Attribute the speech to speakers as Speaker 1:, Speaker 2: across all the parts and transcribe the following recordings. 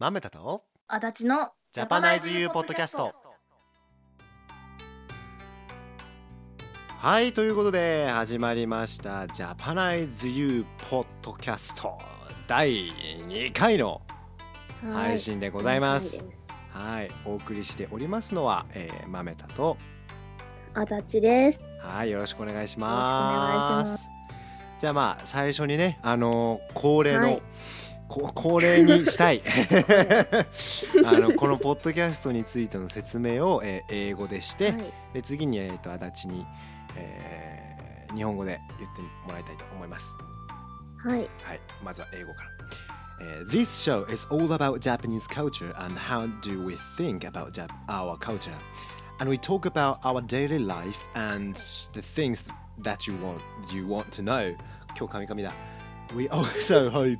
Speaker 1: マメタと
Speaker 2: 足立の
Speaker 1: ジャパナイズユーポッドキャストはいということで始まりましたジャパナイズユーポッドキャスト第2回の配信でございます
Speaker 2: は
Speaker 1: はいお送りしておりますのは、えー、マメタと
Speaker 2: い足立です
Speaker 1: はいよろしくお願いし
Speaker 2: よろしくお願
Speaker 1: ま
Speaker 2: いします
Speaker 1: じゃあまあ最初にねあのー恒例の、
Speaker 2: はい
Speaker 1: こ恒例にしたい あのこのポッドキャストについての説明を、えー英語でして、
Speaker 2: はい
Speaker 1: で次に、えー、と足立に、えー日本語で言ってもらいたいと思います。
Speaker 2: はい
Speaker 1: はい、まずは英語から。えー This show is all about Japanese culture and how do we think about Jap- our culture. And we talk about our daily life and the things that you want, you want to know. 今日神々だ。We also hope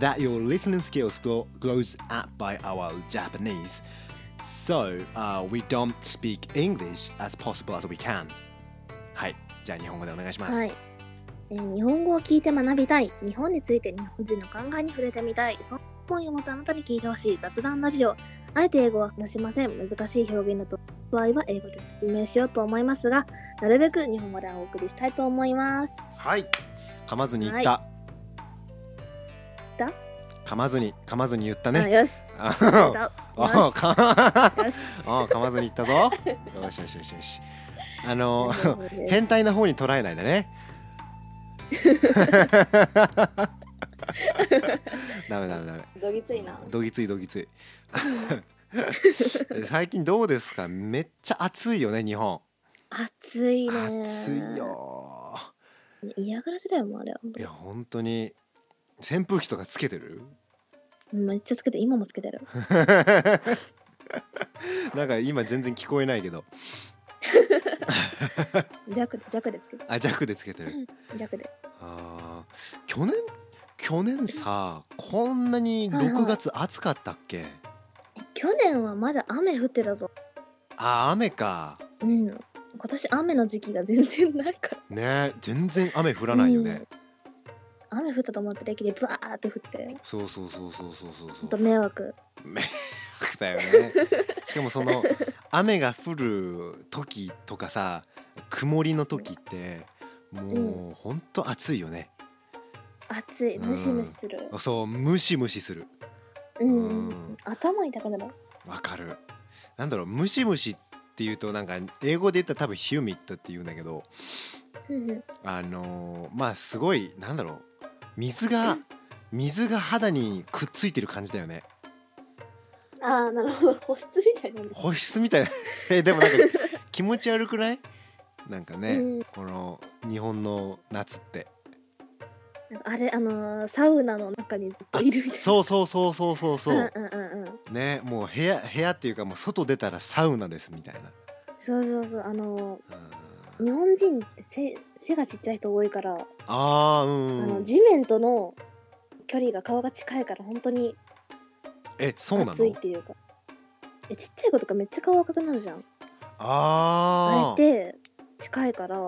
Speaker 1: that your listening skills grow, grows up by our Japanese. So uh, we don't speak English as possible as we can. はい、じゃあ日本語でお願いします。
Speaker 2: はい、えー日本語を聞いて学びたい日本について日本人の考えに触れてみたいその日本を持つあなたに聞いてほしい雑談ラジオあえて英語は話しません難しい表現だと場合は英語で説明しようと思いますがなるべく日本語でお送りしたいと思います
Speaker 1: はい。噛まずに言った。
Speaker 2: 言っ
Speaker 1: 噛まずに噛まずに言った
Speaker 2: あ
Speaker 1: ね。
Speaker 2: よし
Speaker 1: あ
Speaker 2: やっ
Speaker 1: ー
Speaker 2: た
Speaker 1: あー
Speaker 2: よ
Speaker 1: 噛ま
Speaker 2: しよし
Speaker 1: あー噛まずに言ったぞ。よしよしよしよし。あ のー変
Speaker 2: 変
Speaker 1: 態な方に捉えないで ね。ダメダメダメ。
Speaker 2: どぎついな
Speaker 1: どぎついどぎ つい。最近どうですか。めっちゃ暑いよね日本。
Speaker 2: 暑いね
Speaker 1: 暑いよー。
Speaker 2: 嫌がらせだよもうあれはい
Speaker 1: や本当に扇風機とかつけてる？
Speaker 2: めっちゃつけて今もつけてる
Speaker 1: なんか今全然聞こえないけど
Speaker 2: 弱で弱でつけて
Speaker 1: あ弱でつけてる
Speaker 2: 弱で
Speaker 1: あー去年去年さこんなに
Speaker 2: はいはい
Speaker 1: 6月暑かったっけ、
Speaker 2: 去年はまだ雨降ってたぞ
Speaker 1: あ雨か
Speaker 2: うん今年雨の時期が全然ないから
Speaker 1: ね全然雨降らないよね、
Speaker 2: 雨降ったと思って駅でブワーって降って
Speaker 1: そうそうそうそうそうそう
Speaker 2: ほん
Speaker 1: そ
Speaker 2: と
Speaker 1: う
Speaker 2: 迷惑
Speaker 1: 迷惑だよねしかもその雨が降る時とかさ曇りの時ってもうほんと暑いよね
Speaker 2: 暑い
Speaker 1: うん
Speaker 2: ムシムシする
Speaker 1: そうムシムシする
Speaker 2: うん、うん
Speaker 1: うん
Speaker 2: 頭痛くなる
Speaker 1: わかるなんだろうムシムシっていうとなんか英語で言ったら多分ヒューミットって言うんだけど
Speaker 2: うんうん
Speaker 1: あのーまあすごいなんだろう水が水が肌にくっついてる感じだよね
Speaker 2: ああなるほど保湿みたいな
Speaker 1: 保湿みたいな えでもなんか気持ち悪くないなんかね、
Speaker 2: うん
Speaker 1: この日本の夏って
Speaker 2: なんかあれあのーサウナの中にずっといるみたいな
Speaker 1: そうそうそうそうそうそ
Speaker 2: うん
Speaker 1: う
Speaker 2: うんうんうん
Speaker 1: ねもう部屋部屋っていうかもう外出たらサウナですみたい
Speaker 2: そうそうそうあの
Speaker 1: なう
Speaker 2: ー
Speaker 1: ん
Speaker 2: 日本人って背背がちっちゃい人多いから、
Speaker 1: あーうん
Speaker 2: あ
Speaker 1: う
Speaker 2: の
Speaker 1: ん
Speaker 2: 地面との距離が顔が近いから本当に
Speaker 1: えそうなの
Speaker 2: 暑いっていうかえちっちゃい子とかめっちゃ顔赤くなるじゃんあ
Speaker 1: あー
Speaker 2: れって近いから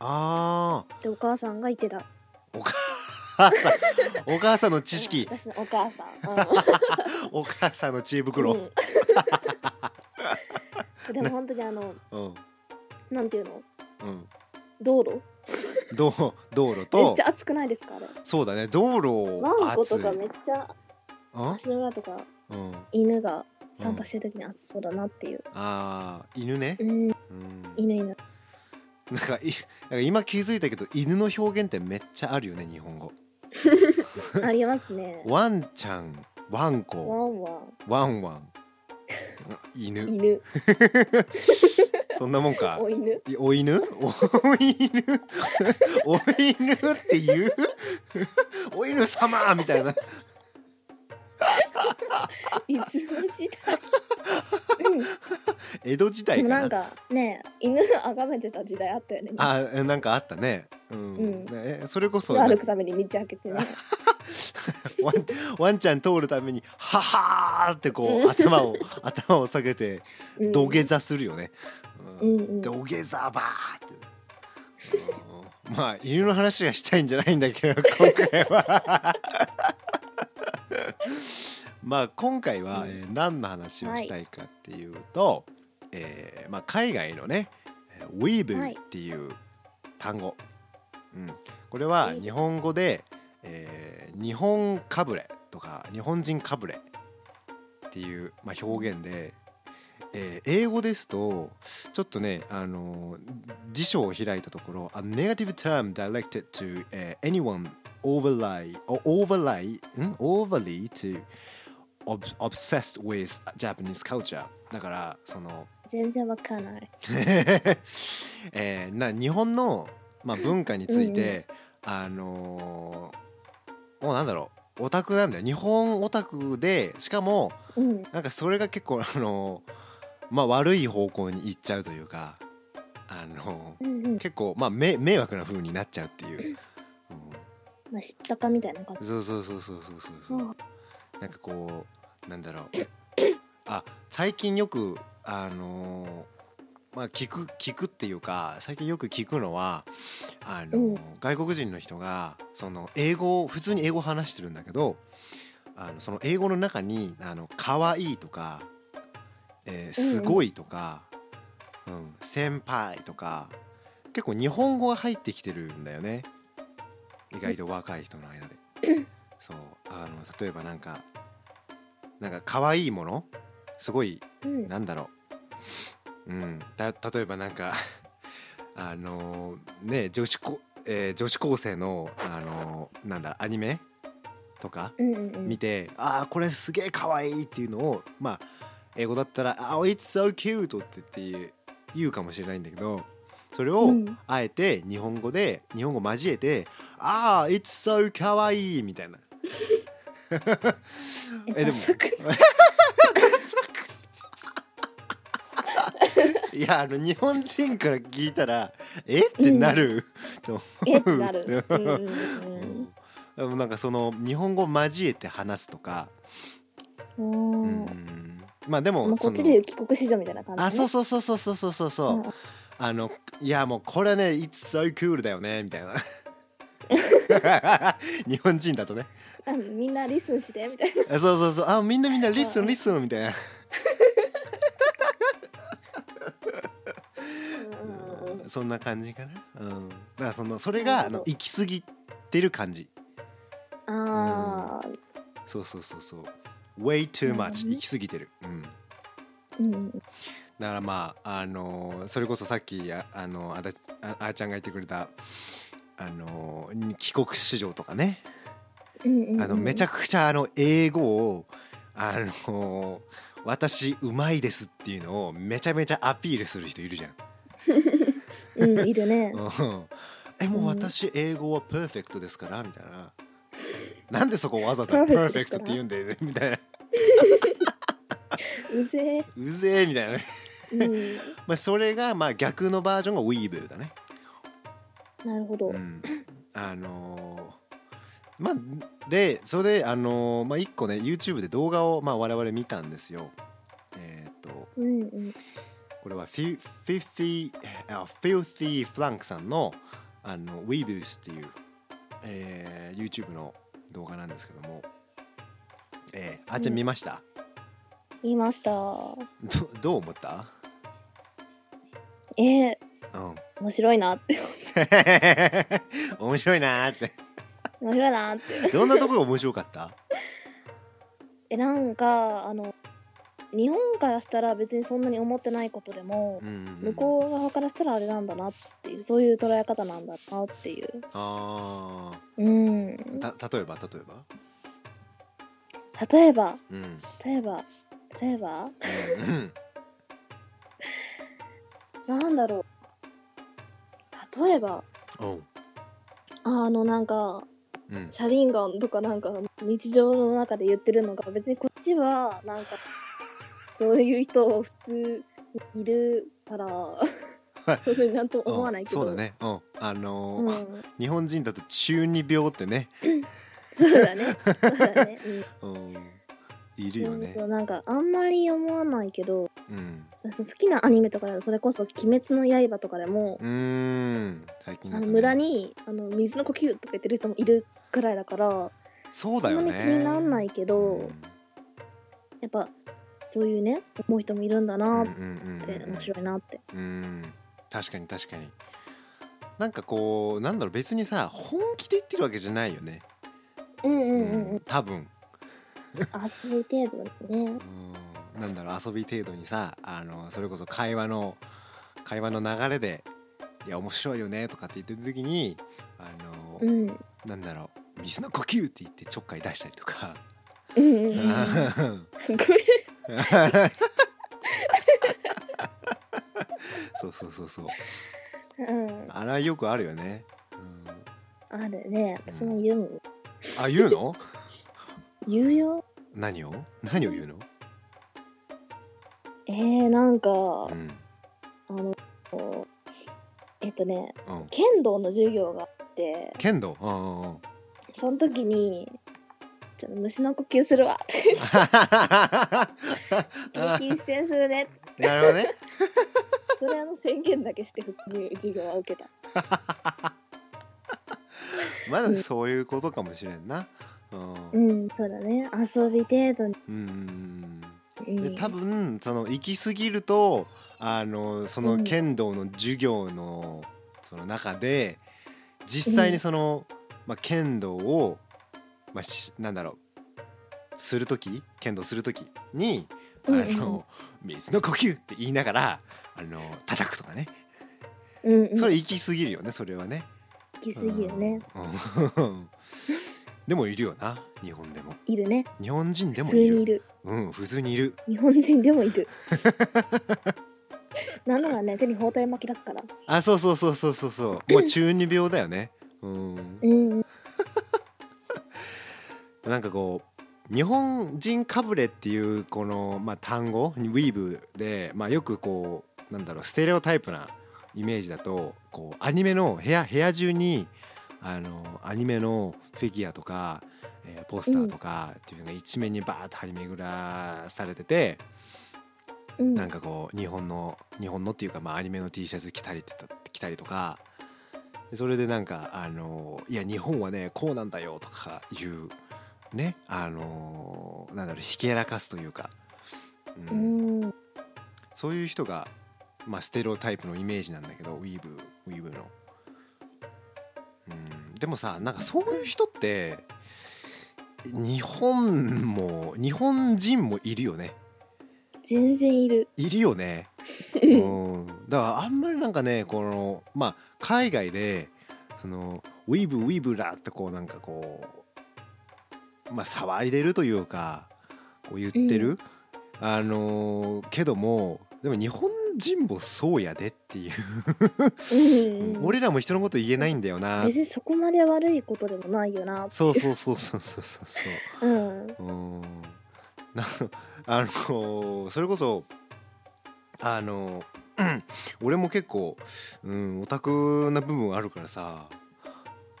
Speaker 1: あー
Speaker 2: でお母さんがいてた
Speaker 1: あさお母さんの 知識
Speaker 2: うん私のお母さん、
Speaker 1: お母さんの知恵
Speaker 2: うん
Speaker 1: 袋、うん
Speaker 2: うんでも本当にあの
Speaker 1: うん
Speaker 2: なんていうの道路
Speaker 1: 道道路
Speaker 2: めっ
Speaker 1: と
Speaker 2: ちゃ暑くないですかあれ
Speaker 1: そうだね道路を
Speaker 2: ワンコ
Speaker 1: 暑
Speaker 2: と
Speaker 1: い
Speaker 2: かめっちゃ
Speaker 1: あ、
Speaker 2: 足の裏とか
Speaker 1: うん、
Speaker 2: 犬が散歩してる時に暑そうだなっていう、
Speaker 1: あー犬ね
Speaker 2: う、ん、
Speaker 1: うん、
Speaker 2: 犬 犬
Speaker 1: なんかいなんか今気づいたけど犬の表現ってめっちゃあるよね日本語
Speaker 2: ありますね
Speaker 1: ワンちゃんワン
Speaker 2: ワ
Speaker 1: コ
Speaker 2: ンワン
Speaker 1: ワンワン犬
Speaker 2: 犬
Speaker 1: そんなもんか
Speaker 2: お犬
Speaker 1: いお犬お犬 お犬っていう お犬様みたいない
Speaker 2: つの時 代うん
Speaker 1: 江戸時
Speaker 2: で
Speaker 1: 代
Speaker 2: も
Speaker 1: かな
Speaker 2: なんかね犬崇めてた時代あったよね
Speaker 1: あえなんかあったねうん、
Speaker 2: うん
Speaker 1: えそれこそ
Speaker 2: 歩くために道開 けてね
Speaker 1: ワンワンちゃん通るために「ははー」ってこ
Speaker 2: う
Speaker 1: うん頭 を頭を下げて
Speaker 2: うん
Speaker 1: 土下座するよね、
Speaker 2: う
Speaker 1: うん
Speaker 2: んうん
Speaker 1: 土下座ばーって、うんまあ犬の話 がしたいんじゃないんだけど今回は まあ今回は、
Speaker 2: うん
Speaker 1: えー何の話をしたいかっていうと、えーまあ、海外のねえー「
Speaker 2: は
Speaker 1: weave」
Speaker 2: い
Speaker 1: っていう単語、うん、これは
Speaker 2: うん
Speaker 1: 日本語で、えー日本かぶれ」とか「日本人かぶれ」っていう、まあ、表現で、えー英語ですとちょっとね、あのー辞書を開いたところ「a negative term directed to、えー anyone overly or overly ん overly to ob obsessed with Japanese culture」だからその
Speaker 2: 全然わかんない。
Speaker 1: えーな日本の、まあ、文化について、あのーもうなんだろうオタクなんだよ日本オタクでしかも
Speaker 2: うん。
Speaker 1: なんかそれが結構、あのーまあ、悪い方向に行っちゃうというか、あの
Speaker 2: うんうん
Speaker 1: ー。結構、まあ、め迷惑な風になっちゃうっていう、
Speaker 2: まあ、知ったかみたいな感
Speaker 1: う
Speaker 2: じ。
Speaker 1: ん、そうそうそうそうそうそうそうなんかこうなんだろうあ最近よくあのーまあ聞く聞くっていうか最近よく聞くのはあのー
Speaker 2: うん
Speaker 1: 外国人の人がその英語を普通に英語を話してるんだけどあのその英語の中に「あの可愛いとか、えーすごい」とか、うん先輩」とか結構日本語が入ってきてるんだよね意外と若い人の間で。そうあの例えばなんかなんか可愛いものすごい
Speaker 2: うん。
Speaker 1: なんだろう、うん、た例えばなんか あのーね女子こ、えー女子高生の、あのーなんだアニメとか
Speaker 2: うんうんうん。
Speaker 1: 見て、ああこれすげえ可愛いっていうのをまあ英語だったら「あ It's so cute」って言って言うかもしれないんだけどそれを
Speaker 2: うん
Speaker 1: あえて日本語で日本語交えて「ああ It's so 可愛いみたいな。
Speaker 2: え、
Speaker 1: えで
Speaker 2: で
Speaker 1: も
Speaker 2: も。
Speaker 1: いやあの日本人から聞いたらえってなる、と
Speaker 2: えってなる。うんうん
Speaker 1: でもなんかその日本語交えて話すとか、
Speaker 2: うん
Speaker 1: う
Speaker 2: うんん。
Speaker 1: まあでも
Speaker 2: もうこ
Speaker 1: そ
Speaker 2: っ
Speaker 1: の
Speaker 2: ちでいう帰国子女みたいな感じね。
Speaker 1: あそうそうそうそうそうそうそうそう、
Speaker 2: うん
Speaker 1: あのいやもうこれね「It's so cool」だよねみたい な日本人だとね
Speaker 2: あみんなリスンしてみたいな。
Speaker 1: あそうそうそうあみんなみんなリス
Speaker 2: う
Speaker 1: ン
Speaker 2: ん
Speaker 1: リスンみたいな
Speaker 2: うんうんうん
Speaker 1: そんな感じかな、うん、だからそのそれ
Speaker 2: な
Speaker 1: があ
Speaker 2: るほど
Speaker 1: の行き過ぎてる感じ
Speaker 2: うんああ。
Speaker 1: そうそうそうそう way too
Speaker 2: なるほ
Speaker 1: much
Speaker 2: どね
Speaker 1: 行き過ぎてる、うん、だ
Speaker 2: うんうん
Speaker 1: からまああのーそれこそさっきああのーあだああーちゃんが言ってくれたあのー帰国市場とかね
Speaker 2: うんうんうん。
Speaker 1: あのめちゃくちゃあの英語をあのー私うまいですっていうのをめちゃめちゃアピールする人いるじ ゃん。
Speaker 2: うんいるね。
Speaker 1: うんえもう私英語はパーフェクトですからみたいな。なんでそこわざわざパ
Speaker 2: Perfect
Speaker 1: ーフェクトって言うんだよねみたいな。
Speaker 2: うぜえ。
Speaker 1: うぜえみたいなね。
Speaker 2: うん。
Speaker 1: まあそれがまあ逆のバージョンがウィーブだね。
Speaker 2: なるほど
Speaker 1: う。ん、あのーまあでそれであのーまあ一個ね YouTube で動画をまあ我々見たんですよ。えーっと
Speaker 2: うんうん。
Speaker 1: これはフィフィフィあフィルティフランクさんのあの w e e b u s っていう、えー YouTube の動画なんですけども、えー、あーちゃん見ました、
Speaker 2: 言いました。
Speaker 1: どどう思った、
Speaker 2: えー、
Speaker 1: うん、
Speaker 2: 面白いなって。
Speaker 1: 面白いなーって
Speaker 2: 面白いなって。
Speaker 1: どんなとこが面白かった
Speaker 2: え、なんか、あの、日本からしたら別にそんなに思ってないことでも、向
Speaker 1: 向
Speaker 2: こう側からしたらあれなんだなっていう、そういう捉え方なんだなっていう。
Speaker 1: あ
Speaker 2: うん。
Speaker 1: ーた例えば例えば
Speaker 2: 例えば、
Speaker 1: うん
Speaker 2: 例えば、例えば、
Speaker 1: うん
Speaker 2: なんだろう。例えば、
Speaker 1: おう
Speaker 2: あの、なんか、
Speaker 1: うん
Speaker 2: シャリンガンとかなんか日常の中で言ってるのが別にこっちはなんかそういう人を普通にいるからそんなになんとも思わないけど、
Speaker 1: うんそうだねうんあの
Speaker 2: う
Speaker 1: ー
Speaker 2: ん
Speaker 1: 日本人だと中二病ってね、
Speaker 2: そうだ ねそうだね、うん、
Speaker 1: うん、いるよね
Speaker 2: そうなんかあんまり思わないけど
Speaker 1: うん
Speaker 2: そう好きなアニメとかそれこそ「鬼滅の刃」とかでも
Speaker 1: う、ーん最近だ
Speaker 2: あ
Speaker 1: と
Speaker 2: の
Speaker 1: ね
Speaker 2: 無駄にあの水の呼吸とか言ってる人もいるくらいだから
Speaker 1: そう
Speaker 2: そ
Speaker 1: だよ
Speaker 2: んな
Speaker 1: ね
Speaker 2: に気にならないけど、
Speaker 1: うん
Speaker 2: やっぱそういうね思う人もいるんだなっ
Speaker 1: うんうんうんうん
Speaker 2: て面白いなって
Speaker 1: うん確かに確かになんかこうなんだろう別にさ本気で言ってるわけじゃないよね、
Speaker 2: うんうんうんう
Speaker 1: うんん多分、
Speaker 2: あそういう程度にね
Speaker 1: うん、なんだろう遊び程度にさあのそれこそ会話の会話の流れで「いや面白いよね」とかって言ってる時にあの、
Speaker 2: うん
Speaker 1: なんだろう水の呼吸って言ってちょっかい出したりとか。
Speaker 2: うんうんうん
Speaker 1: そうそうそうそう
Speaker 2: うん
Speaker 1: あれはよくあるよね、うん、
Speaker 2: あるね私も言うもん
Speaker 1: あ言うの
Speaker 2: 言うよ
Speaker 1: 何を何を言うの、
Speaker 2: えー、なんか
Speaker 1: うん
Speaker 2: えっとね
Speaker 1: うん、
Speaker 2: 剣道の授業があって
Speaker 1: 剣道うんうんうん
Speaker 2: その時に「ちょっと虫の呼吸するわ」って言って「
Speaker 1: あ
Speaker 2: 激出演するね」
Speaker 1: なるほどね
Speaker 2: それあの宣言だけして普通に授業は受けた
Speaker 1: まだそういうことかもしれんな、うん
Speaker 2: う、んそうだね遊び程度に、
Speaker 1: うんうん
Speaker 2: う
Speaker 1: うんで
Speaker 2: ん、
Speaker 1: 多分その行き過ぎるとあのそうの
Speaker 2: ん
Speaker 1: 剣道の授業のその中で実際にその、まあ、剣道を、まあ、しなんだろうする時剣道する時にあの、
Speaker 2: うんうん
Speaker 1: 水の呼吸って言いながらあの叩くとかね
Speaker 2: うんうん、
Speaker 1: それ行き過ぎるよねそれはね。
Speaker 2: 行き過ぎるね、
Speaker 1: うん。うん でもいるよな日本でも
Speaker 2: いるね
Speaker 1: 日本人で
Speaker 2: 普
Speaker 1: も
Speaker 2: 通
Speaker 1: い
Speaker 2: にい
Speaker 1: る。
Speaker 2: る
Speaker 1: うん普通にいる。
Speaker 2: 日本人でもいるなんならね手に包帯巻き出すから
Speaker 1: あそうそうそうそうそうそうもう中二病だよね。うん
Speaker 2: う。ん
Speaker 1: なんかこう日本人かぶれっていうこのまあ単語ウィーブでまあよくこうなんだろうステレオタイプなイメージだとこうアニメの部屋部屋中にあのアニメのフィギュアとか、えーポスターとかっていうのが一面にバーッと張り巡らされてて。
Speaker 2: うん
Speaker 1: なんかこう日本の日本のっていうかまあアニメの T シャツ着たりってた着たりとかでそれでなんかあのいや日本はねこうなんだよとかいうねあのなんだろうひけらかすというか、う
Speaker 2: うんんうん
Speaker 1: そういう人がまあステレオタイプのイメージなんだけどウィーブウィーブの、うん、でもさなんかそういう人って日本も日本人もいるよね
Speaker 2: 全然いる
Speaker 1: いるよねうん、だからあんまりなんかねこの、まあ、海外でそのウィーブウィーブラってこうなんかこう、まあ、騒いでるというかこう言ってる、あのーけどもでも日本人もそうやでっていう、
Speaker 2: うん
Speaker 1: 俺らも人のこと言えないんだよな
Speaker 2: 別にそこまで悪いことでもないよな
Speaker 1: そうそうそうそうそうそうそ
Speaker 2: うん
Speaker 1: ううんなあのーそれこそあのうん 俺も結構、うん、オタクな部分あるからさ、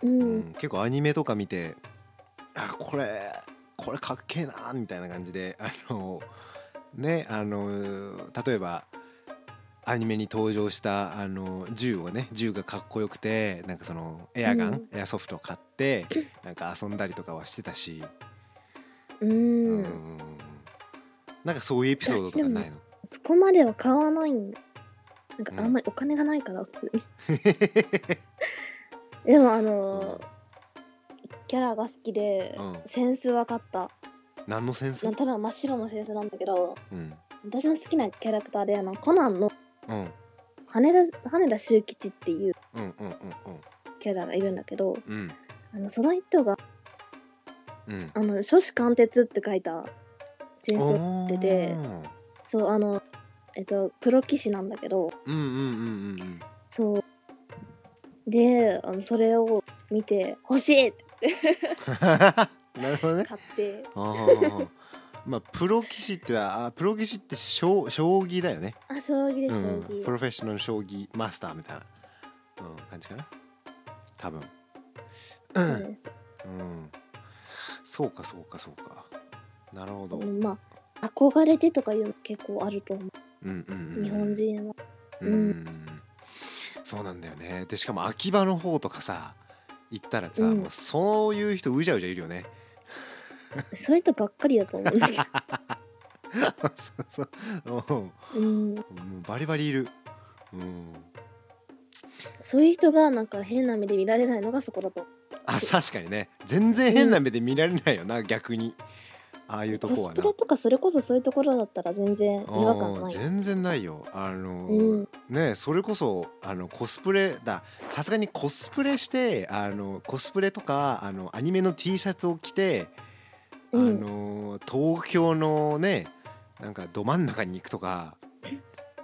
Speaker 2: う
Speaker 1: うん
Speaker 2: ん
Speaker 1: 結構アニメとか見てあこれこれかっけえなみたいな感じであのねあの例えばアニメに登場したあの銃をね銃がかっこよくてなんかそのエアガン、エアソフトを買ってなんか遊んだりとかはしてたし、
Speaker 2: う、
Speaker 1: うんんなんかそういうエピソードとかないの
Speaker 2: そこまでは買わないんだなんかあんまりお金がないから普 通にでもあのキャラが好きで、
Speaker 1: うん
Speaker 2: センス分かった
Speaker 1: 何のセンス
Speaker 2: なただ真っ白のセンスなんだけど
Speaker 1: うん
Speaker 2: 私の好きなキャラクターであのコナンの
Speaker 1: うん
Speaker 2: 羽田羽田修吉っていう
Speaker 1: うんうん
Speaker 2: キャラがいるんだけど
Speaker 1: うんうん
Speaker 2: あのその人が
Speaker 1: うん
Speaker 2: あの書士貫徹って書いたセ
Speaker 1: うん
Speaker 2: ンスを
Speaker 1: お
Speaker 2: ってて
Speaker 1: ー
Speaker 2: そうあのえっとプロ棋士なんだけど
Speaker 1: うんうんうんうんうん
Speaker 2: そうであのそれを見て「欲しい!」って
Speaker 1: なるほどね。
Speaker 2: 買って
Speaker 1: あーまあプロ棋士ってあプロ棋士って将将棋だよね。
Speaker 2: あ将棋です
Speaker 1: う
Speaker 2: 将
Speaker 1: ん
Speaker 2: 棋、
Speaker 1: プロフェッショナル将棋マスターみたいな、うん、感じかな。多分。う。
Speaker 2: そうんです
Speaker 1: うん、そうかそうかそうか。なるほど。う
Speaker 2: うんんまあ憧れてとかいうの結構あると思
Speaker 1: うんうん。
Speaker 2: う日本。人は
Speaker 1: うん。そうなんだよね。でしかも秋葉の方とかさ行ったらさ、
Speaker 2: うん
Speaker 1: もうそういう人うじゃうじゃいるよね。
Speaker 2: そういう人ばっかりだと思うんだけど
Speaker 1: そうそううんも
Speaker 2: うん、
Speaker 1: うバリバリいる、うん、
Speaker 2: そういう人がなんか変な目で見られないのがそこだと
Speaker 1: あ確かにね全然変な目で見られないよな、逆にああいうと
Speaker 2: コ
Speaker 1: こ
Speaker 2: ス
Speaker 1: は
Speaker 2: プ
Speaker 1: な
Speaker 2: レとかそれこそそういうところだったら全然違和感
Speaker 1: うん
Speaker 2: ない
Speaker 1: 全然ないよあの、
Speaker 2: うん
Speaker 1: ねそれこそあのコスプレださすがにコスプレしてあのコスプレとかあのアニメの T シャツを着て、
Speaker 2: うん
Speaker 1: あの東京のねなんかど真ん中に行くとか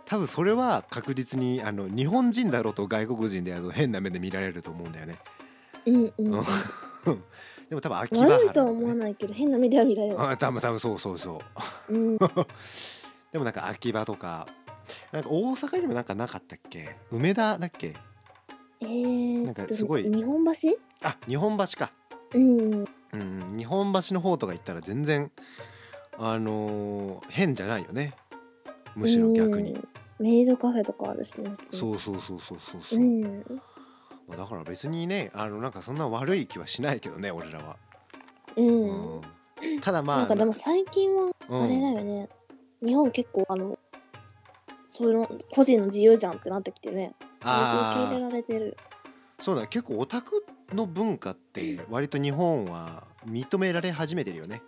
Speaker 1: 多分それは確実にあの日本人だろうと外国人であろうと変な目で見られると思うんだよね。
Speaker 2: うんうん、
Speaker 1: う
Speaker 2: 悪
Speaker 1: ん でも多分秋葉原
Speaker 2: いとは思わないけど変な目では見られる
Speaker 1: い。多分多分そうそうそう。
Speaker 2: うん、
Speaker 1: でもなんか秋葉とかなんか大阪にもなんかなかったっけ梅田だっけ
Speaker 2: えー、
Speaker 1: なんかすごい
Speaker 2: 日本橋
Speaker 1: あ日本橋か
Speaker 2: うん
Speaker 1: うんうん日本橋の方とか行ったら全然あのー変じゃないよねむしろ逆に
Speaker 2: うんメイドカフェとかあるしね普通に
Speaker 1: そうそうそうそうそうそうう、
Speaker 2: ん
Speaker 1: まあだから別にねあのなんかそんな悪い気はしないけどね俺らは、
Speaker 2: うん、
Speaker 1: うんただまあ
Speaker 2: なんかでも最近は
Speaker 1: うん
Speaker 2: あれだよね、日本結構あのそういうの個人の自由じゃんってなってきてね割と受け入れ
Speaker 1: あ
Speaker 2: られてる
Speaker 1: ーそうだ結構オタクの文化って割と日本は認められ始めてるよね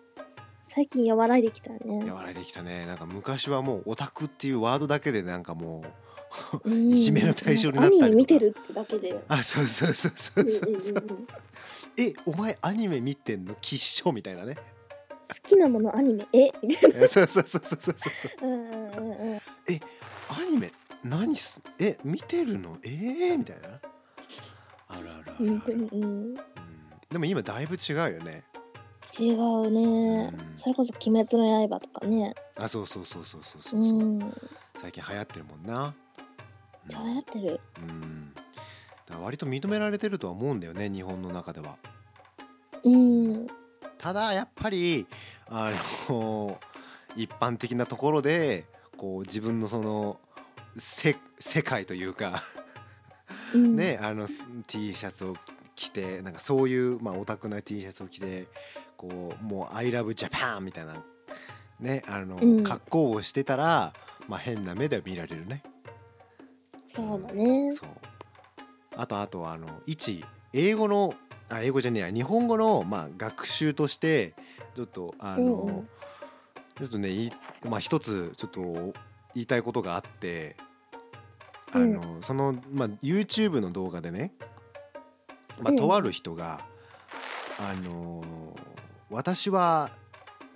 Speaker 2: 最近和らいできたよね
Speaker 1: 和らいできたねなんか昔はもうオタクっていうワードだけでなんかもう
Speaker 2: うん
Speaker 1: いじめの対象になった
Speaker 2: ん
Speaker 1: りとか
Speaker 2: かアニメ見てるってだ けで
Speaker 1: あそうそうそうそううんそううん
Speaker 2: うんうん
Speaker 1: えお前アニメ見てんの吉祥みたいなね
Speaker 2: 好きなものアニメえみたい
Speaker 1: え そうそうそうそうそうそうそう
Speaker 2: なうんうんうんうん
Speaker 1: アニメ何すえ見てるのえー、みたいなあるあるある
Speaker 2: 本
Speaker 1: あ
Speaker 2: 当
Speaker 1: る、うん
Speaker 2: に、うん、
Speaker 1: でも今だいぶ違うよね
Speaker 2: 違うね、
Speaker 1: うん
Speaker 2: それこそ「鬼滅の刃」とかね
Speaker 1: あそうそうそうそうそうそううそう、
Speaker 2: んめっ
Speaker 1: 最近流行ってるもんな
Speaker 2: ちゃ流行ってる
Speaker 1: うん、うん、だから割と認められてるとは思うんだよね日本の中では
Speaker 2: うん
Speaker 1: ただやっぱりあの一般的なところでこう自分のそのせ世界というか、
Speaker 2: うん
Speaker 1: ねあの T シャツを着てなんかそういう、まあ、オタクな T シャツを着てこうもう「ILOVEJAPAN」みたいな、ねあの
Speaker 2: うん
Speaker 1: 格好をしてたら、まあ、変な目では見られるね。
Speaker 2: そうだね
Speaker 1: そうあとあとはあの一英語のあ英語じゃねえや日本語の、まあ、学習としてちょっとあの、
Speaker 2: うんうん
Speaker 1: ちょっとねいまあ、一つちょっと言いたいことがあってあの、その、まあ、YouTube の動画でね、まあ、
Speaker 2: うん
Speaker 1: とある人が、あの私は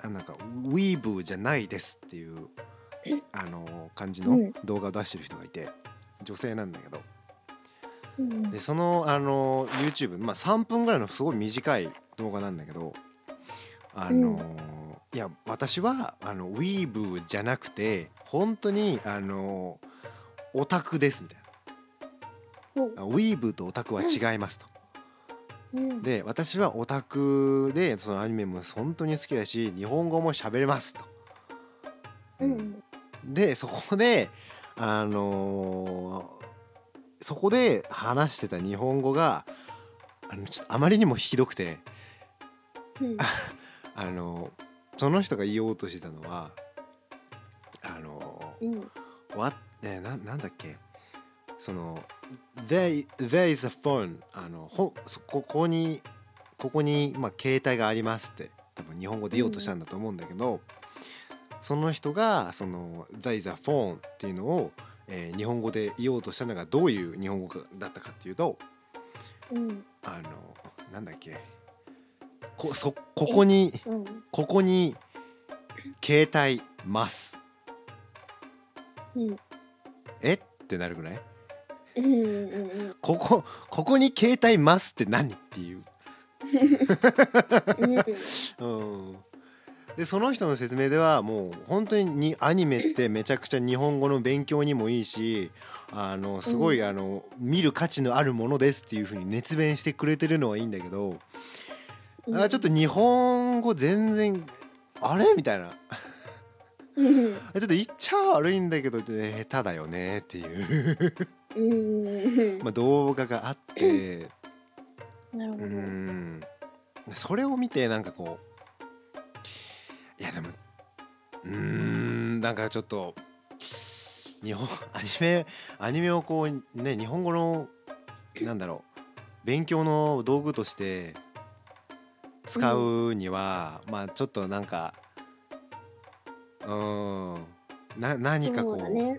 Speaker 1: あなんかウィーブじゃないですっていうあの感じ
Speaker 2: う
Speaker 1: の
Speaker 2: ん
Speaker 1: 動画を出してる人がいて女性なんだけど
Speaker 2: うん
Speaker 1: でそのあの YouTube、まあ、3分ぐらいのすごい短い動画なんだけどあの、いや私はあのウィーブじゃなくて本当にあのオタクですみたい
Speaker 2: うん
Speaker 1: なウィーブとオタクは違いますと。
Speaker 2: うん
Speaker 1: で私はオタクでそのアニメも本当に好きだし日本語も喋れますと。
Speaker 2: うん
Speaker 1: でそこであのーそこで話してた日本語があのちょっとあまりにもひどくて
Speaker 2: うん
Speaker 1: あのーその人が言おうとしてたのはあの
Speaker 2: うん
Speaker 1: ーわえーななんだっけその「there, there is a phone」あのほそここにここに、まあ、携帯がありますって多分日本語で言おうとしたんだと思うんだけど、その人がその「There is a phone」っていうのを、えー日本語で言おうとしたのがどういう日本語だったかっていうと
Speaker 2: うん
Speaker 1: あのなんだっけこそここに
Speaker 2: うん
Speaker 1: ここに携帯ます
Speaker 2: うん
Speaker 1: えってなるぐらい
Speaker 2: うんうんうん
Speaker 1: ここここに携帯ますって何っていう
Speaker 2: うん
Speaker 1: うんでその人の説明ではもう本当ににアニメってめちゃくちゃ日本語の勉強にもいいしあのすごいあの見る価値のあるものですっていうふうに熱弁してくれてるのはいいんだけど、
Speaker 2: うん
Speaker 1: あちょっと日本語全然あれみたいな
Speaker 2: うん
Speaker 1: ちょっと言っちゃ悪いんだけど、えー下手だよねっていう
Speaker 2: うんうん
Speaker 1: まあ動画があって
Speaker 2: なるほ
Speaker 1: う
Speaker 2: ど
Speaker 1: ーんそれを見てなんかこういやでもううーんなんかちょっと日本アニメアニメをこうね日本語のなんだろう勉強の道具として使うには、まあちょっとなんかうーんな何かこ
Speaker 2: そ
Speaker 1: う
Speaker 2: うだね
Speaker 1: ん、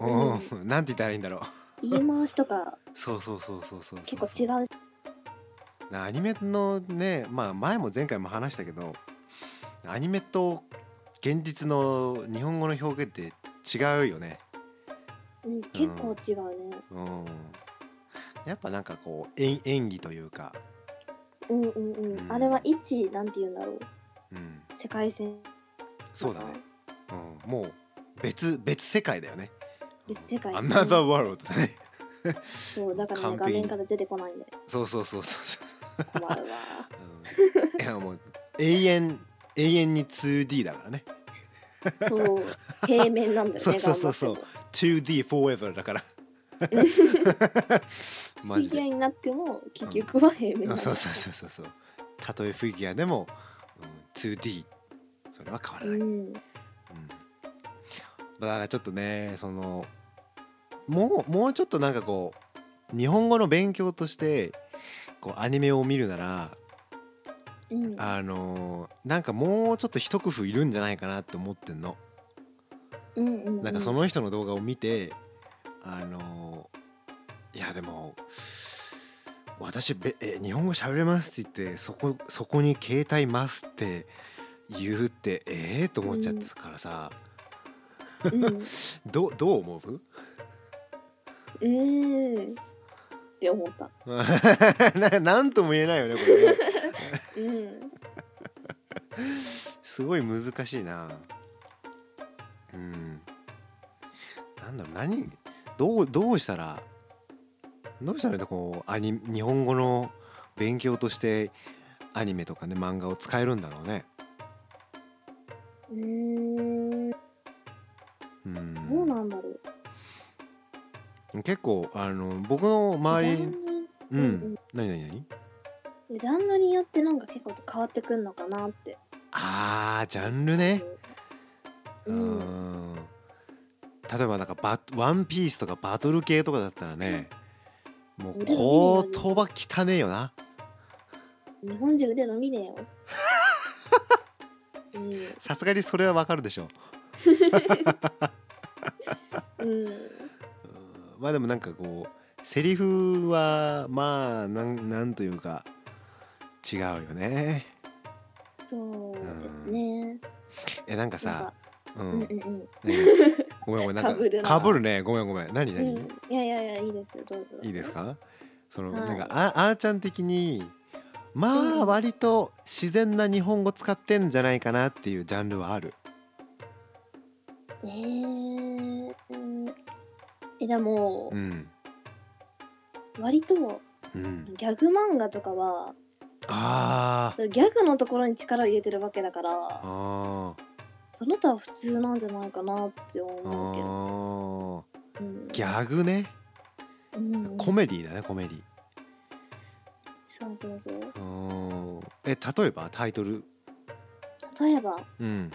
Speaker 1: なんて言ったらいいんだろう
Speaker 2: 言い回しとか
Speaker 1: そうそうそうそうそう
Speaker 2: 結構違う
Speaker 1: なアニメのね、まあ、前も前回も話したけどアニメと現実の日本語の表現って違うよね、
Speaker 2: うん、結構違うね。
Speaker 1: うん、やっぱなんかこう演演技というか、
Speaker 2: うんうんうん。
Speaker 1: うん
Speaker 2: あれは一なんて言うんだろう。
Speaker 1: うん、
Speaker 2: 世界線。
Speaker 1: そうだね、うん、もう別別世界だよね
Speaker 2: 別世界
Speaker 1: Another world だね
Speaker 2: そうだからね
Speaker 1: 完
Speaker 2: 画
Speaker 1: 璧
Speaker 2: 面から出てこないんで
Speaker 1: そうそうそうそう
Speaker 2: 困る
Speaker 1: そ
Speaker 2: わ。
Speaker 1: う、 うん、いやもう永遠永遠に 2D だからね
Speaker 2: そう平面なんだよ
Speaker 1: そ
Speaker 2: ね。
Speaker 1: うそうそうそう
Speaker 2: 頑張って
Speaker 1: 2D forever だから
Speaker 2: も
Speaker 1: マ
Speaker 2: フィ
Speaker 1: ジ
Speaker 2: ギュア
Speaker 1: で
Speaker 2: になっても結局は平面
Speaker 1: う
Speaker 2: なんんだ
Speaker 1: そうそうそうそうそうたとえフィギュアでも、うん、2D それは変わら
Speaker 2: う
Speaker 1: ない、うん
Speaker 2: ん。
Speaker 1: だからちょっとねそのもうもうちょっとなんかこう日本語の勉強としてこうアニメを見るなら
Speaker 2: うん。
Speaker 1: あのーなんかもうちょっと一工夫いるんじゃないかなって思ってんの。
Speaker 2: うんうんうん。
Speaker 1: なんかその人の動画を見てあのいやでも私べえ日本語喋れますって言ってそこそこに携帯ますって言うってええと思っちゃったからさ、
Speaker 2: うん。
Speaker 1: どうどう思う
Speaker 2: うーん。って思った。
Speaker 1: ななんとも言えないよねこれね
Speaker 2: うん。
Speaker 1: すごい難しいなうんなんだろう何どうどうしたらどうしたらこうアニ日本語の勉強としてアニメとかね漫画を使えるんだろうね
Speaker 2: うーん。
Speaker 1: う
Speaker 2: どうんなんだろう。
Speaker 1: 結構あの僕の周
Speaker 2: ジャ
Speaker 1: り
Speaker 2: ンル
Speaker 1: う
Speaker 2: うんうん
Speaker 1: ん何何何
Speaker 2: ジャンルによってなんか結構変わってくんのかなって。
Speaker 1: あージャンルねう
Speaker 2: うん。
Speaker 1: ん例えばなんかバ「ワンピースとかバトル系とかだったらねもう
Speaker 2: 腕の
Speaker 1: 言葉汚ねえよな
Speaker 2: 日本人腕伸びねえよ。う
Speaker 1: さすがにそれはわかるでしょ
Speaker 2: ん、うん、
Speaker 1: まあでもなんかこうセリフはまあなんなんというか違うよね
Speaker 2: そう
Speaker 1: うん
Speaker 2: ね。
Speaker 1: えなんかさう
Speaker 2: なん
Speaker 1: ん、
Speaker 2: か、うんうん
Speaker 1: ねごめんごめんなんか
Speaker 2: 被るな
Speaker 1: かぶるねごめんごめん何
Speaker 2: うん。
Speaker 1: 何、
Speaker 2: うん、いやいやいやいいですよどうぞ。
Speaker 1: いいです。かその、
Speaker 2: はい
Speaker 1: なんかああーちゃん的にま
Speaker 2: う
Speaker 1: あ
Speaker 2: ん
Speaker 1: 割と自然な日本語使ってんじゃないかなっていうジャンルはある
Speaker 2: えー、うんえでも、
Speaker 1: うん
Speaker 2: 割と
Speaker 1: うん
Speaker 2: ギャグ漫画とかは
Speaker 1: あー
Speaker 2: ギャグのところに力を入れてるわけだから
Speaker 1: あー
Speaker 2: その他は普通なんじゃないかなって
Speaker 1: あー
Speaker 2: 思うけど、うん、
Speaker 1: ギャグね
Speaker 2: うん
Speaker 1: コメディだねコメディ
Speaker 2: そうそうそう
Speaker 1: うーんえ例えばタイトル
Speaker 2: 例えば
Speaker 1: うん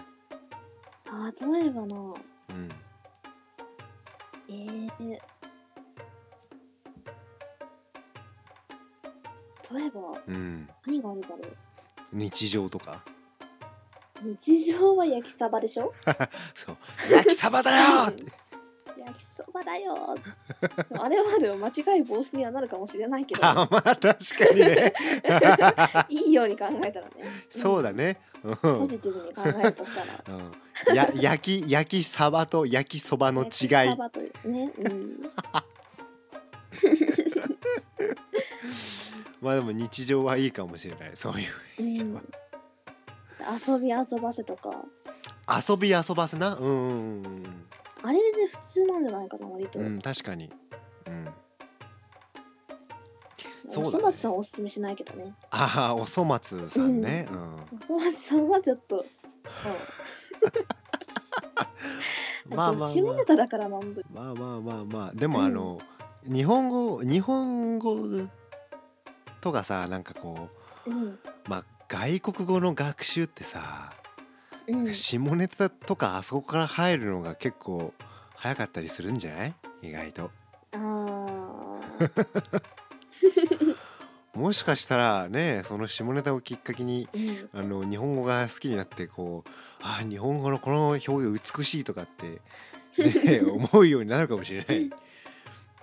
Speaker 2: あ例えばな
Speaker 1: うん
Speaker 2: えー、例えば
Speaker 1: うん
Speaker 2: 何があるだろ
Speaker 1: 日常とか
Speaker 2: う日常は焼きそばでしょ
Speaker 1: そう「焼きそばだ よ!」って
Speaker 2: 焼きそばだよでもあれはでも間違い防止にはなるかもしれないけど
Speaker 1: あまあ確かにね
Speaker 2: いいように考えたらね
Speaker 1: そうだねう
Speaker 2: ポ
Speaker 1: ん、
Speaker 2: ジティブに考えるとしたら
Speaker 1: うん、や焼き焼きサバと焼きそばの違
Speaker 2: 焼きそ
Speaker 1: い
Speaker 2: ばというね、うん、
Speaker 1: まあでも日常はいいかもしれない そういう
Speaker 2: うん、遊び遊ばせとか
Speaker 1: 遊び遊ばせなうんうんうん
Speaker 2: あれ別に普通なんじゃないかな割と、
Speaker 1: うん、うん、確かにうんそうだね
Speaker 2: おそ松さんはおすすめしないけどね
Speaker 1: ああおそ松さんね、うん
Speaker 2: おそ松さんはちょっと、うん
Speaker 1: まあまあ、まあ、
Speaker 2: 下ネタだからまんぶ
Speaker 1: まあまあまあまあでも
Speaker 2: うん
Speaker 1: あの、日本語日本語とかさなんかこ
Speaker 2: うん
Speaker 1: うまあ外国語の学習ってさ
Speaker 2: うん、
Speaker 1: 下ネタとかあそこから入るのが結構早かったりするんじゃない意外と
Speaker 2: あ
Speaker 1: もしかしたらねその下ネタをきっかけに
Speaker 2: ー、うん、
Speaker 1: あの日本語が好きになってこうあー日本語のこの表現美しいとかって、ね、思うようになるかもしれない。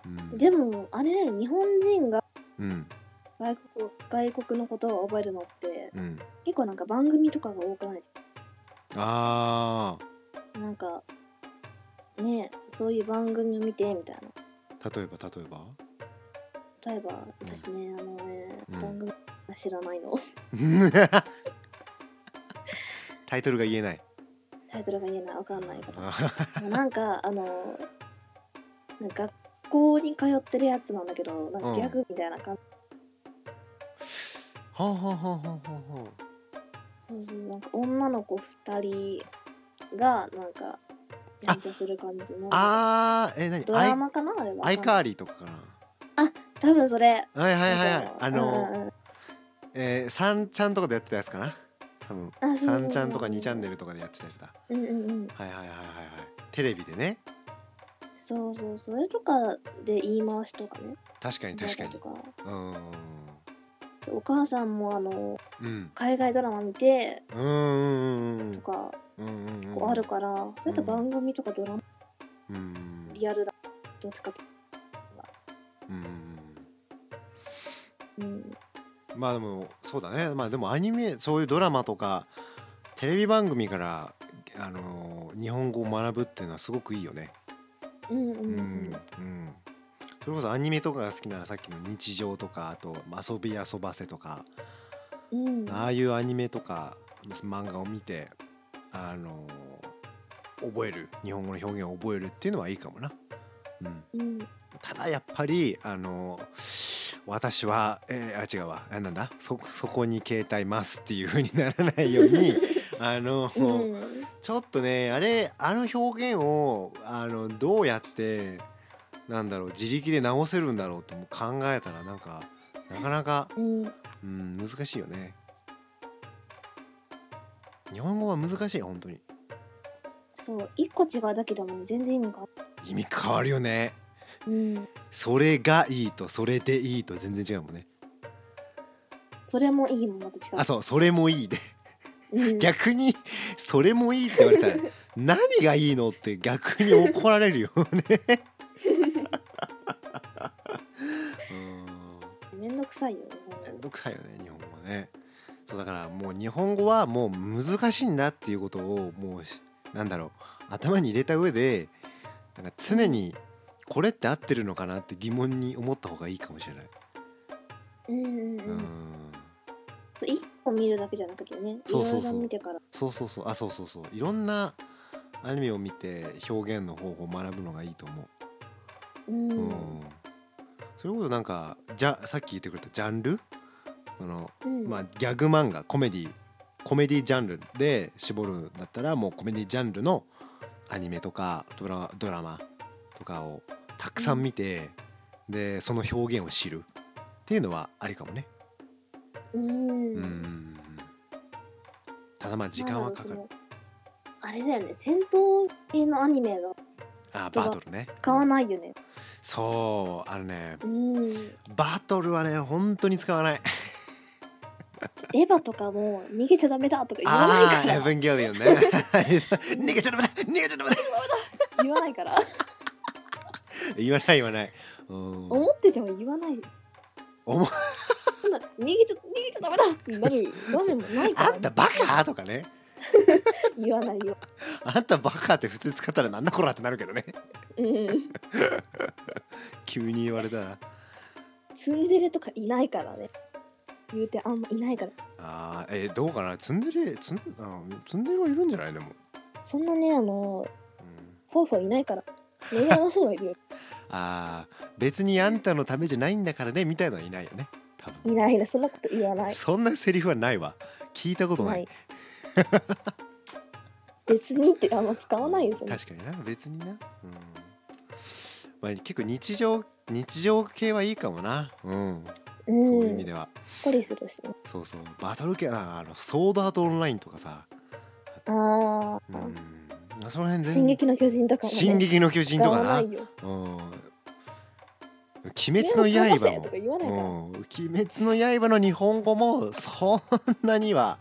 Speaker 1: うん、
Speaker 2: でもあれだよ日本人が
Speaker 1: うん
Speaker 2: 外国外国の言葉を覚えるのって
Speaker 1: うん、
Speaker 2: 結構なんか番組とかが多くない
Speaker 1: あ
Speaker 2: なんかねそういう番組を見てみたいな
Speaker 1: ー例えば例えば
Speaker 2: 例えば私ねあのね、
Speaker 1: うん
Speaker 2: 番組知らないの
Speaker 1: タイトルが言えない。
Speaker 2: タイトルが言えないわかんないから
Speaker 1: あー
Speaker 2: なんかあのなんか学校に通ってるやつなんだけどなん
Speaker 1: うん
Speaker 2: かギャグみたいな感
Speaker 1: はんはんはんはんはんはん
Speaker 2: じ、そうそうなんか女の子2人がなんかやんちゃする感じの
Speaker 1: あーえ何
Speaker 2: ド
Speaker 1: アイ
Speaker 2: ラマかなあれは
Speaker 1: アイカーリーとかかな
Speaker 2: 多分それ
Speaker 1: はいはいはいは
Speaker 2: なん
Speaker 1: い
Speaker 2: か
Speaker 1: あ
Speaker 2: う
Speaker 1: の、
Speaker 2: んうん
Speaker 1: えー、3ちゃんとかでやってたやつかな多分
Speaker 2: あそうそうそう
Speaker 1: 3ちゃんとか2チャンネルとかでやってたやつだ
Speaker 2: うんうんうん
Speaker 1: はいはいはいはいはいテレビでね
Speaker 2: そうそうそれとかで言い回しとかね
Speaker 1: 確かに確かに
Speaker 2: とか
Speaker 1: うーん
Speaker 2: お母さんもあの
Speaker 1: うん
Speaker 2: 海外ドラマ見て
Speaker 1: うーんうん
Speaker 2: とか
Speaker 1: うんうんうん
Speaker 2: こうあるから、そういった番組とかドラマ
Speaker 1: うんうん
Speaker 2: リアルだどっちかと
Speaker 1: うんうん
Speaker 2: うん
Speaker 1: まあでもそうだねまあでもアニメそういうドラマとかテレビ番組からあのー日本語を学ぶっていうのはすごくいいよね
Speaker 2: う
Speaker 1: う
Speaker 2: んうんうんん
Speaker 1: うんそれこそアニメとかが好きならさっきの日常とかあとまあ遊び遊ばせとか、
Speaker 2: うん
Speaker 1: ああいうアニメとか漫画を見てあのー覚える日本語の表現を覚えるっていうのはいいかもな、うん、
Speaker 2: うん
Speaker 1: ただやっぱりあのー私は、えーあ違うわあなんだそそこに携帯ますっていう風にならないよう にあのー、
Speaker 2: うん
Speaker 1: ちょっとねあれあの表現をあのどうやってなんだろう自力で直せるんだろうってもう考えたらなんかなかなか、
Speaker 2: うん
Speaker 1: うん、難しいよね日本語は難しい本当に
Speaker 2: そう一個違うだけでもね全然意味が
Speaker 1: 意味変わるよね
Speaker 2: うん
Speaker 1: それがいいとそれでいいと全然違うもんね
Speaker 2: それもいいもんまた違う
Speaker 1: あそうそれもいいで
Speaker 2: うん
Speaker 1: 逆にそれもいいって言われたら何がいいのって逆に怒られるよねうん
Speaker 2: めんどくさいよね
Speaker 1: めんどくさいよね日本語ねそうだからもう日本語はもう難しいんだっていうことをもうしなんだろう頭に入れた上でなんか常にこれって合ってるのかなって疑問に思った方がいいかもしれない
Speaker 2: うんうん
Speaker 1: う
Speaker 2: うんんそう一個見るだけじゃなくてねい
Speaker 1: そう
Speaker 2: ろ
Speaker 1: そうそう
Speaker 2: いろ見てから
Speaker 1: そうそうそうあそうそうそういろんなアニメを見て表現の方法を学ぶのがいいと思
Speaker 2: うん
Speaker 1: う、うんそれこそなんかじゃさっき言ってくれたジャンルその
Speaker 2: うん
Speaker 1: まあ、ギャグ漫画コメディコメディジャンルで絞るんだったらもうコメディジャンルのアニメとかドラドラマとかをたくさん見て、でその表現を知るっていうのはありかもね。
Speaker 2: うん
Speaker 1: うんただまあ時間はかか
Speaker 2: なん
Speaker 1: る
Speaker 2: だろう。そのあれだよね戦闘系のアニメが
Speaker 1: あバトルね。
Speaker 2: 使わないよね
Speaker 1: そうあのね
Speaker 2: うんエ
Speaker 1: バトルはね本当に使わない。
Speaker 2: ヴァとかも逃げちゃダメだとか言わない
Speaker 1: あ
Speaker 2: か
Speaker 1: あーエ
Speaker 2: ら
Speaker 1: ヴァンゲリオンね。 逃げちゃダメだ逃げちゃダメだ
Speaker 2: 言わないから
Speaker 1: 言わない言わない。うん
Speaker 2: 思ってても言わない
Speaker 1: 思
Speaker 2: そんな逃げちゃ逃げちゃダメだってなる場面もないか
Speaker 1: あ
Speaker 2: ら
Speaker 1: んたバカとかね。
Speaker 2: 言わないよ
Speaker 1: あんたバカって普通使ったらなんだこらってなるけどね
Speaker 2: うん
Speaker 1: 急に言われたら
Speaker 2: ツンデレとかいないからね言うてあんまいないから
Speaker 1: あーえーどうかなツンデレツンあーツンデレはいるんじゃないでも、
Speaker 2: そんなねあの
Speaker 1: うん、
Speaker 2: フォーフォーいないからメガの方がいるよ
Speaker 1: あー別にあんたのためじゃないんだからねみたいのはいないよね多分
Speaker 2: いないなそんなこと言わない
Speaker 1: そんなセリフはないわ聞いたことない、
Speaker 2: ない別にってあんま使わないですよね
Speaker 1: 確かにな別にな、うんまあ、結構日常日常系はいいかもな、うん、
Speaker 2: う
Speaker 1: そうんいう意味では
Speaker 2: ほっこりするしね
Speaker 1: そうそうバトル系ああのソードアートオンラインとかさあ
Speaker 2: ああ、
Speaker 1: うんその辺全
Speaker 2: 進撃の巨人とかも、ね。
Speaker 1: 進撃の巨人とか
Speaker 2: 使わ
Speaker 1: な
Speaker 2: ないよ。
Speaker 1: うん鬼滅の
Speaker 2: みんな探
Speaker 1: 刃
Speaker 2: せ
Speaker 1: も
Speaker 2: とか言わないか
Speaker 1: う
Speaker 2: ら。
Speaker 1: ん鬼滅の刃の日本語もそんなには、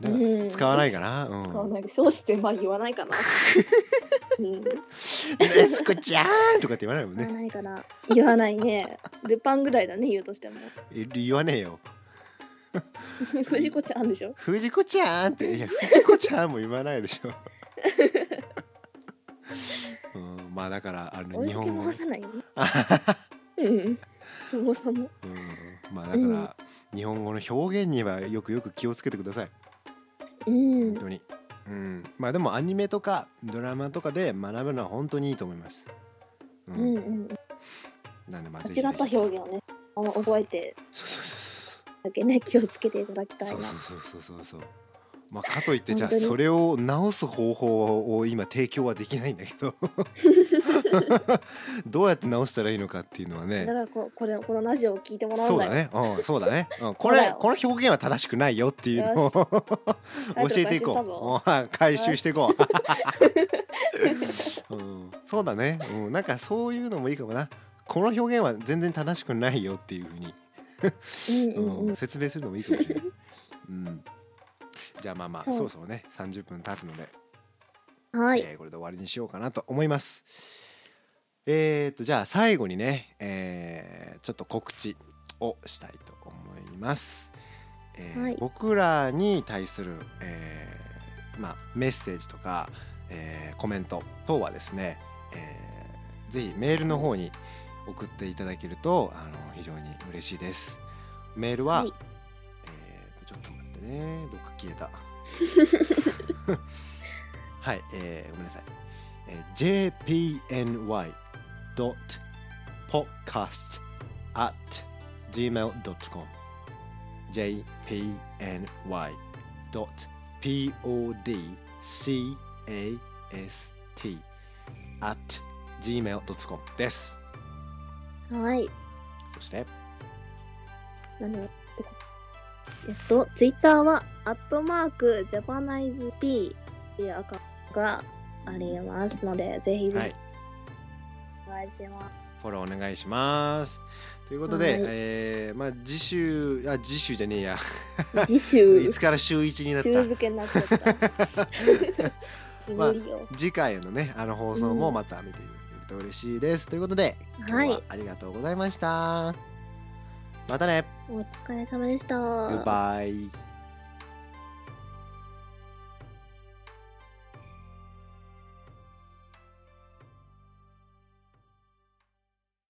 Speaker 1: うんね
Speaker 2: うん
Speaker 1: 使わないかな、うん、
Speaker 2: 使わない。少子ってまあ言わない かな。うん。
Speaker 1: ネスコちゃんとかって言わないもん
Speaker 2: 言わ
Speaker 1: ね。
Speaker 2: ないかな。言わないね。ルパンぐらいだね、言うとしても。
Speaker 1: え言わねえよ。
Speaker 2: 藤子ちゃんでしょ。
Speaker 1: 藤子ちゃんって、いや、藤子ちゃんも言わないでしょ。 うん、まあだから、あの
Speaker 2: 追
Speaker 1: 日
Speaker 2: いか
Speaker 1: 本
Speaker 2: け
Speaker 1: 語。
Speaker 2: 回 さないよね。うん。そもそも。
Speaker 1: うん、まあだから、日本語の表現にはよくよく気をつけてください。
Speaker 2: うん
Speaker 1: 本。当に。うん、まあでもアニメとかドラマとかで学ぶのは本当にいいと思います。う
Speaker 2: うん
Speaker 1: ん、
Speaker 2: うん。
Speaker 1: なんでまあぜひ
Speaker 2: 間違った表現をね、あの覚えて
Speaker 1: そうそうそう
Speaker 2: だけね、気をつけていただきたい
Speaker 1: そう
Speaker 2: な。
Speaker 1: そうそうそうそうそうそう。まあかといってじゃあ
Speaker 2: 本当に
Speaker 1: それを直す方法を今提供はできないんだけど どうやって直したらいいのかっていうのは
Speaker 2: だか
Speaker 1: ね
Speaker 2: らこ、これ、このラジオを聞いてもらう
Speaker 1: そ
Speaker 2: ん
Speaker 1: う
Speaker 2: だ
Speaker 1: だね、
Speaker 2: よ。
Speaker 1: うん、そうだね、 うん、こ
Speaker 2: そうだ
Speaker 1: れ
Speaker 2: よ
Speaker 1: この表現は正しくないよっていうのを教
Speaker 2: タイトル
Speaker 1: えてい
Speaker 2: 回収したぞ
Speaker 1: こううん回収していこ う、うん、そうだね、うん、なんかそういうのもいいかもなこの表現は全然正しくないよっていうふうに
Speaker 2: うんうんうん
Speaker 1: うん、。説明するのもいいかも しれない。うん、じゃあまあまあ
Speaker 2: そ
Speaker 1: そうろそろね30分経つので、
Speaker 2: はい。
Speaker 1: えーこれで終わりにしようかなと思います。えー、とじゃあ最後にね、えーちょっと告知をしたいと思います。えー
Speaker 2: はい
Speaker 1: 僕らに対する、えーまあ、メッセージとか、えーコメント等はですね、えーぜひメールの方に送っていただけるとあの非常に嬉しいです。メールは、
Speaker 2: は
Speaker 1: え
Speaker 2: い
Speaker 1: ーとちょっと待ってねどっか消えたはい、えーごめんなさい、えー jpny.podcast at gmail.com jpny.podcast at gmail.com です
Speaker 2: はい。
Speaker 1: そして
Speaker 2: なんだろうどこえっと、ツイッターは、アットマーク、ジャパナイズ P っていうアカウントがありますので、ぜひ
Speaker 1: は
Speaker 2: ぜ
Speaker 1: い
Speaker 2: ひお願いします。
Speaker 1: フォローお願いしますということで、
Speaker 2: はい
Speaker 1: えーまあ次週あ次週じゃねえや
Speaker 2: 次
Speaker 1: い
Speaker 2: 週、
Speaker 1: つから週一になっ
Speaker 2: 週
Speaker 1: た
Speaker 2: 付けになっちゃった。
Speaker 1: まあ
Speaker 2: 無理よ。
Speaker 1: 次回のねあの放送もまた見ていただけると嬉しいです、ということで今
Speaker 2: は。
Speaker 1: 日はいありがとうございました、またね
Speaker 2: お疲れ様でした。
Speaker 1: グッバイ